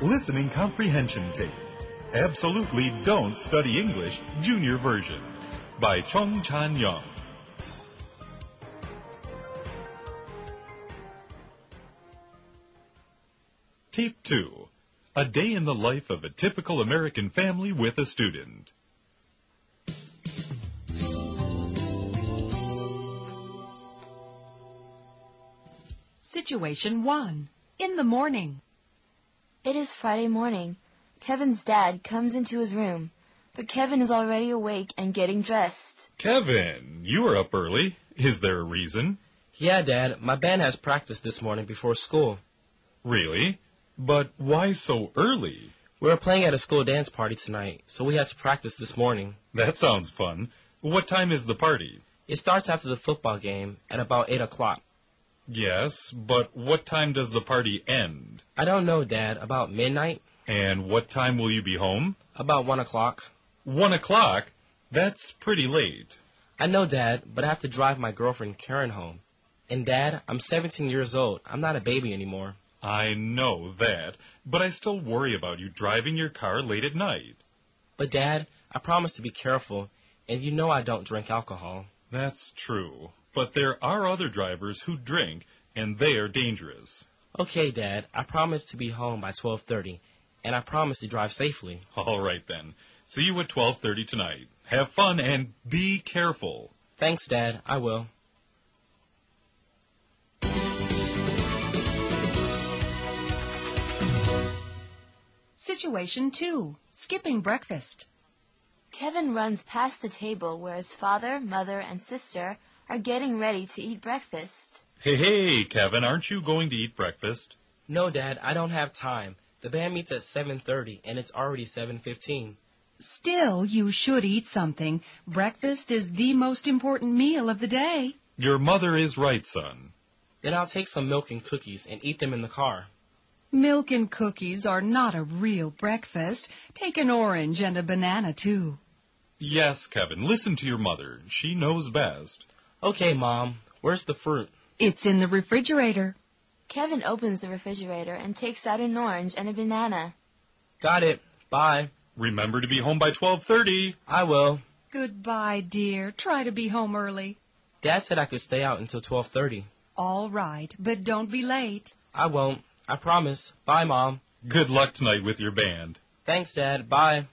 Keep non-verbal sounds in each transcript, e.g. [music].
Listening Comprehension Tape. Absolutely Don't Study English, Junior Version. By Chung Chan Young. Tape 2. A Day in the Life of a Typical American Family with a Student. Situation 1. In the morning. It is Friday morning. Kevin's dad comes into his room, but Kevin is already awake and getting dressed. Kevin, you are up early. Is there a reason? Yeah, Dad, my band has practice this morning before school. Really? But why so early? We are playing at a school dance party tonight, so we had to practice this morning. That sounds fun. What time is the party? It starts after the football game at about 8 o'clock. Yes, but what time does the party end? I don't know, Dad, about midnight? And what time will you be home? About 1 o'clock? One o'clock? That's pretty late. I know, Dad, but I have to drive my girlfriend Karen home. And, Dad, I'm 17 years old. I'm not a baby anymore. I know that, but I still worry about you driving your car late at night. But, Dad, I promise to be careful, and you know I don't drink alcohol. That's true. But there are other drivers who drink, and they are dangerous. Okay, Dad, I promise to be home by 12:30, and I promise to drive safely. All right then. See you at 12:30 tonight. Have fun and be careful. Thanks, Dad. I will. Situation 2. Skipping breakfast. Kevin runs past the table where his father, mother, and sister are getting ready to eat breakfast. Hey, hey, Kevin, aren't you going to eat breakfast? No, Dad, I don't have time. The band meets at 7:30, and it's already 7:15. Still, you should eat something. Breakfast is the most important meal of the day. Your mother is right, son. Then I'll take some milk and cookies and eat them in the car. Milk and cookies are not a real breakfast. Take an orange and a banana, too. Yes, Kevin, listen to your mother. She knows best. Okay, Mom, where's the fruit? It's in the refrigerator. Kevin opens the refrigerator and takes out an orange and a banana. Got it. Bye. Remember to be home by 12:30. I will. Goodbye, dear. Try to be home early. Dad said I could stay out until 12:30. All right, but don't be late. I won't. I promise. Bye, Mom. Good luck tonight with your band. Thanks, Dad. Bye.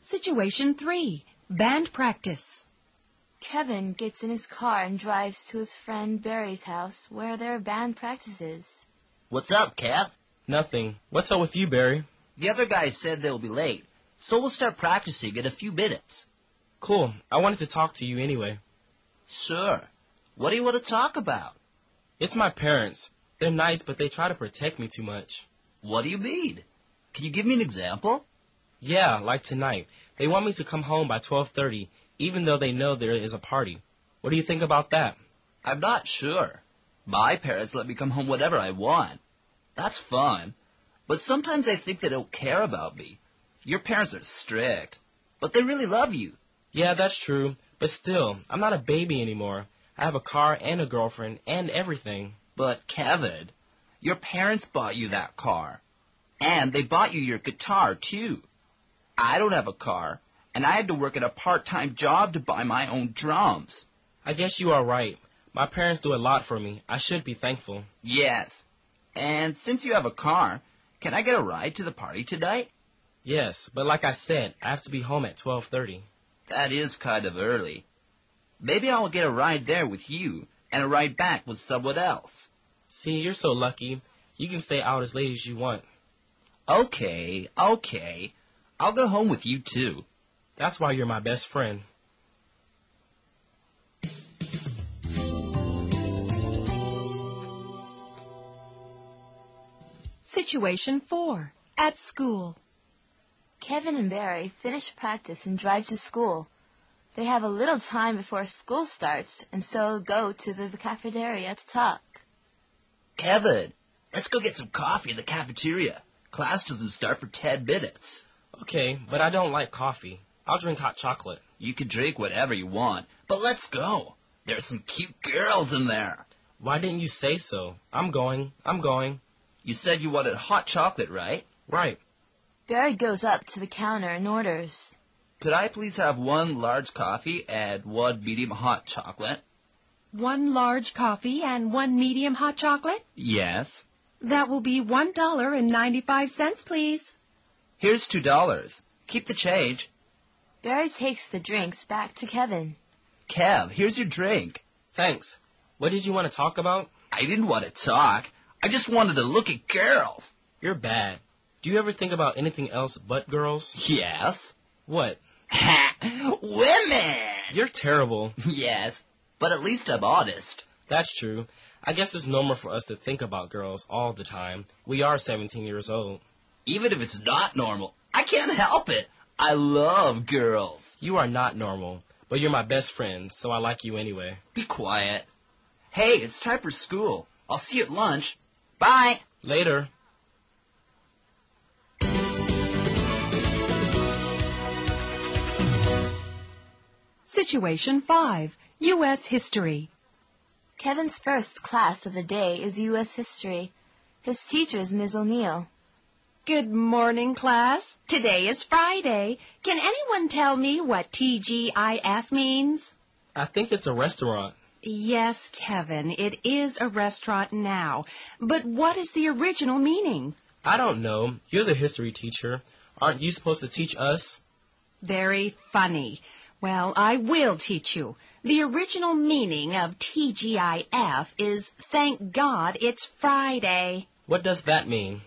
Situation 3. Band practice. Kevin gets in his car and drives to his friend Barry's house where their band practices. What's up, Kev? Nothing. What's up with you, Barry? The other guy said they'll be late, so we'll start practicing in a few minutes. Cool. I wanted to talk to you anyway. Sure. What do you want to talk about? It's my parents. They're nice, but they try to protect me too much. What do you mean? Can you give me an example? Yeah, like tonight. They want me to come home by 12:30 even though they know there is a party. What do you think about that? I'm not sure. My parents let me come home whenever I want. That's fine. But sometimes I think they don't care about me. Your parents are strict, but they really love you. Yeah, that's true. But still, I'm not a baby anymore. I have a car and a girlfriend and everything. But Kevin, your parents bought you that car. And they bought you your guitar, too. I don't have a car, and I had to work at a part-time job to buy my own drums. I guess you are right. My parents do a lot for me. I should be thankful. Yes. And since you have a car, can I get a ride to the party tonight? Yes, but like I said, I have to be home at 12:30. That is kind of early. Maybe I'll get a ride there with you and a ride back with someone else. See, you're so lucky. You can stay out as late as you want. Okay, okay. I'll go home with you too. That's why you're my best friend. Situation 4. At school. Kevin and Barry finish practice and drive to school. They have a little time before school starts and so go to the cafeteria to talk. Kevin, let's go get some coffee in the cafeteria. Class doesn't start for ten minutes. Okay, but I don't like coffee. I'll drink hot chocolate. You can drink whatever you want, but let's go. There's some cute girls in there. Why didn't you say so? I'm going. I'm going. You said you wanted hot chocolate, right? Right. Barry goes up to the counter and orders. Could I please have one large coffee and one medium hot chocolate? One large coffee and one medium hot chocolate? Yes. That will be $1.95, please. Here's two dollars. Keep the change. Barry takes the drinks back to Kevin. Kev, here's your drink. Thanks. What did you want to talk about? I didn't want to talk. I just wanted to look at girls. You're bad. Do you ever think about anything else but girls? Yes. [laughs] What? Ha! Women! You're terrible. Yes. But at least I'm honest. That's true. I guess it's normal for us to think about girls all the time. We are 17 years old. Even if it's not normal, I can't help it. I love girls. You are not normal, but you're my best friend, so I like you anyway. Be quiet. Hey, it's time for school. I'll see you at lunch. Bye. Later. Situation 5. U.S. History. Kevin's first class of the day is U.S. history. His teacher is Ms. O'Neill. Good morning, class. Today is Friday. Can anyone tell me what TGIF means? I think it's a restaurant. Yes, Kevin, it is a restaurant now. But what is the original meaning? I don't know. You're the history teacher. Aren't you supposed to teach us? Very funny. Well, I will teach you. The original meaning of TGIF is thank God it's Friday. What does that mean?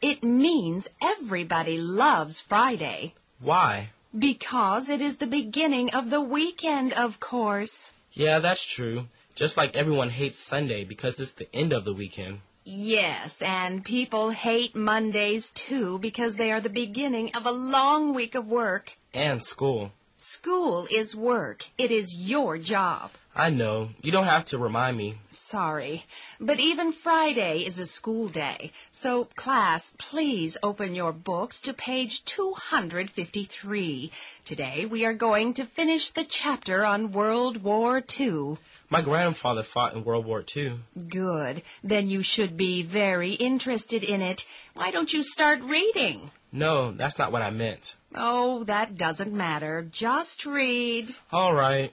It means everybody loves Friday Why? because it is the beginning of the weekend, of course. Yeah, that's true. Just like everyone hates Sunday because it's the end of the weekend. Yes, and people hate Mondays too because they are the beginning of a long week of work. And school. School is work. It is your job. I know. You don't have to remind me. Sorry. But even Friday is a school day. So, class, please open your books to page 253. Today we are going to finish the chapter on World War II. My grandfather fought in World War II. Good. Then you should be very interested in it. Why don't you start reading? No, that's not what I meant. Oh, that doesn't matter. Just read. All right.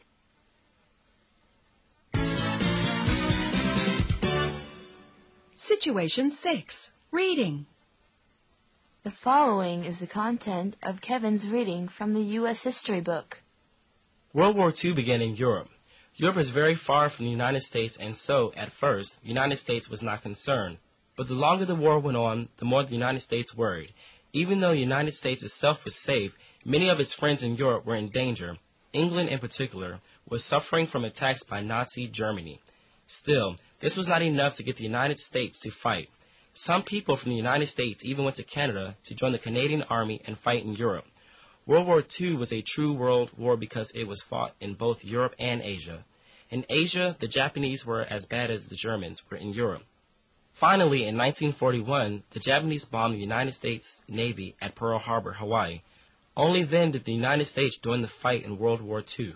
Situation 6. Reading. The following is the content of Kevin's reading from the U.S. history book. World War II began in Europe. Europe is very far from the United States, and so, at first, the United States was not concerned. But the longer the war went on, the more the United States worried. Even though the United States itself was safe, many of its friends in Europe were in danger. England, in particular, was suffering from attacks by Nazi Germany. Still, this was not enough to get the United States to fight. Some people from the United States even went to Canada to join the Canadian Army and fight in Europe. World War II was a true world war because it was fought in both Europe and Asia. In Asia, the Japanese were as bad as the Germans were in Europe. Finally, in 1941, the Japanese bombed the United States Navy at Pearl Harbor, Hawaii. Only then did the United States join the fight in World War II.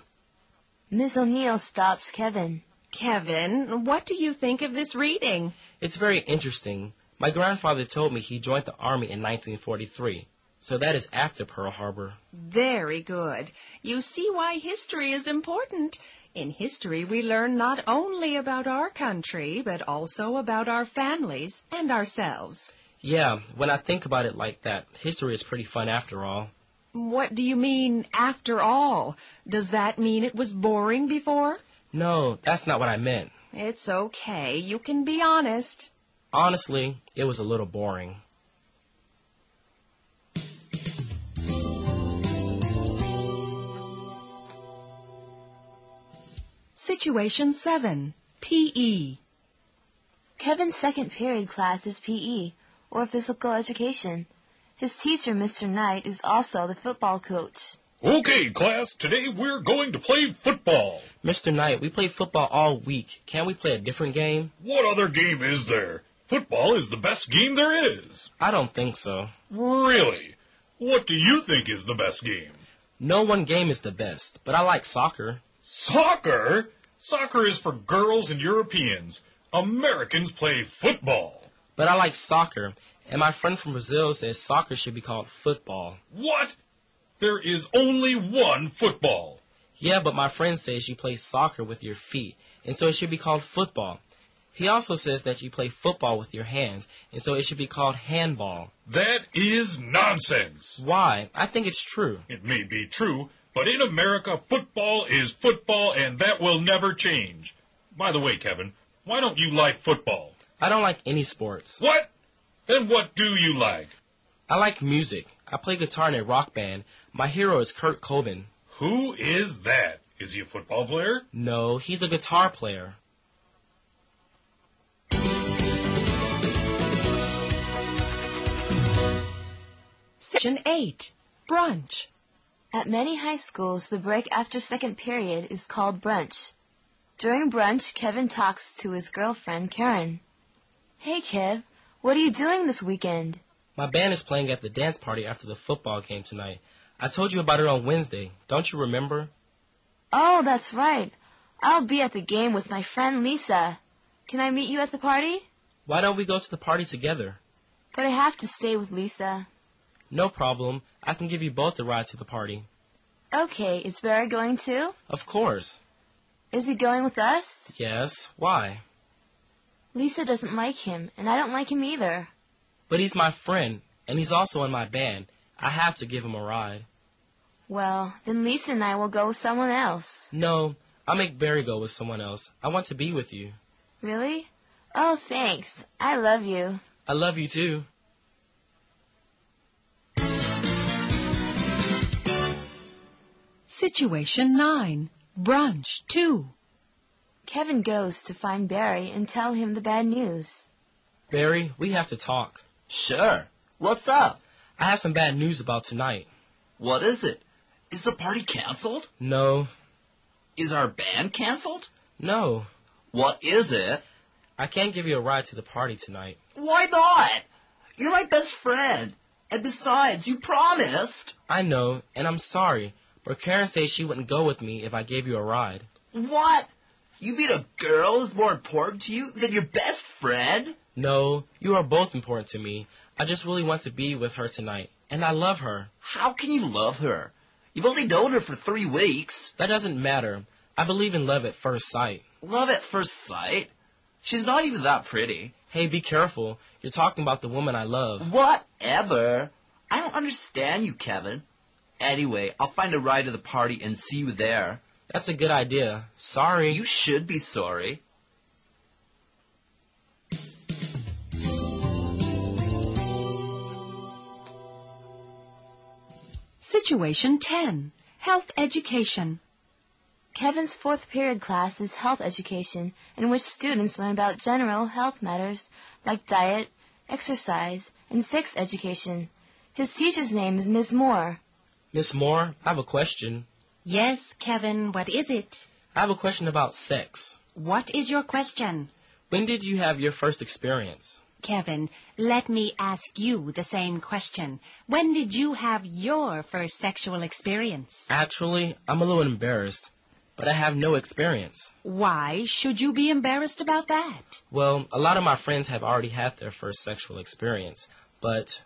Ms. O'Neill stops Kevin. Kevin, what do you think of this reading? It's very interesting. My grandfather told me he joined the Army in 1943, so that is after Pearl Harbor. Very good. You see why history is important. In history, we learn not only about our country, but also about our families and ourselves. Yeah, when I think about it like that, history is pretty fun after all. What do you mean, after all? Does that mean it was boring before? No, that's not what I meant. It's okay. You can be honest. Honestly, it was a little boring. Situation E. 7. P.E. Kevin's second period class is PE, or physical education. His teacher, Mr. Knight, is also the football coach. Okay, class, today we're going to play football. Mr. Knight, we played football all week. Can't we play a different game? What other game is there? Football is the best game there is. I don't think so. Really? What do you think is the best game? No one game is the best, but I like soccer. Soccer? Soccer is for girls and Europeans. Americans play football. But I like soccer, and my friend from Brazil says soccer should be called football. What? There is only one football. Yeah, but my friend says you play soccer with your feet, and so it should be called football. He also says that you play football with your hands, and so it should be called handball. That is nonsense. Why? I think it's true. It may be true, but in America, football is football, and that will never change. By the way, Kevin, why don't you like football? I don't like any sports. What? Then what do you like? I like music. I play guitar in a rock band. My hero is Kurt Cobain. Who is that? Is he a football player? No, he's a guitar player. Section 8. Brunch. At many high schools, the break after second period is called brunch. During brunch, Kevin talks to his girlfriend, Karen. Hey, Kev, what are you doing this weekend? My band is playing at the dance party after the football game tonight. I told you about it on Wednesday. Don't you remember? Oh, that's right. I'll be at the game with my friend Lisa. Can I meet you at the party? Why don't we go to the party together? But I have to stay with Lisa. No problem. I can give you both a ride to the party. Okay, is Barry going too? Of course. Is he going with us? Yes. Why? Lisa doesn't like him, and I don't like him either. But he's my friend, and he's also in my band. I have to give him a ride. Well, then Lisa and I will go with someone else. No, I'll make Barry go with someone else. I want to be with you. Really? Oh, thanks. I love you. I love you too. Situation 9. Brunch 2. Kevin goes to find Barry and tell him the bad news. Barry, we have to talk. Sure. What's up? I have some bad news about tonight. What is it? Is the party canceled? No, Is our band canceled? no. What is it? I can't give you a ride to the party tonight. Why not? You're my best friend. And besides, you promised. I know, and I'm sorry, but Karen says she wouldn't go with me if I gave you a ride. What? You mean a girl is more important to you than your best friend? No, you are both important to me. I just really want to be with her tonight, and I love her. How can you love her? You've only known her for three weeks. That doesn't matter. I believe in love at first sight. Love at first sight? She's not even that pretty. Hey, be careful. You're talking about the woman I love. Whatever. I don't understand you, Kevin. Anyway, I'll find a ride to the party and see you there. That's a good idea. Sorry. You should be sorry. Situation 10. Health education. Kevin's fourth period class is health education, in which students learn about general health matters like diet, exercise, and sex education. His teacher's name is Ms. Moore. Miss Moore, I have a question. Yes, Kevin, what is it? I have a question about sex. What is your question? When did you have your first experience? Kevin, let me ask you the same question. When did you have your first sexual experience? Actually, I'm a little embarrassed, but I have no experience. Why should you be embarrassed about that? Well, a lot of my friends have already had their first sexual experience, but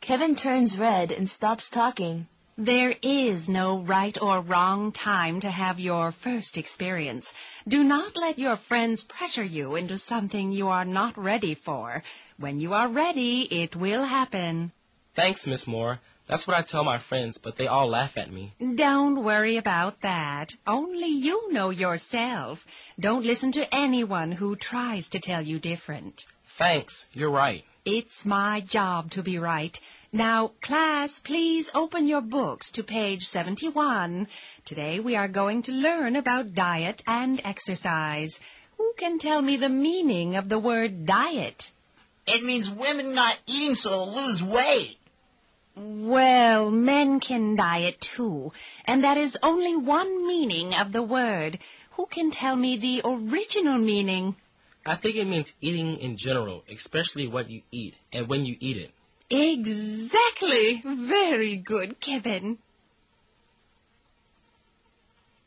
Kevin turns red and stops talking. There is no right or wrong time to have your first experience. Do not let your friends pressure you into something you are not ready for. When you are ready, it will happen. thanks, Miss Moore. That's what I tell my friends, but they all laugh at me. Don't worry about that. Only you know yourself. Don't listen to anyone who tries to tell you different. Thanks, you're right. It's my job to be right. Now, class, please open your books to page 71. Today we are going to learn about diet and exercise. Who can tell me the meaning of the word diet? It means women not eating so they'll lose weight. Well, men can diet too, and that is only one meaning of the word. Who can tell me the original meaning? I think it means eating in general, especially what you eat and when you eat it. Exactly. Very good, Kevin.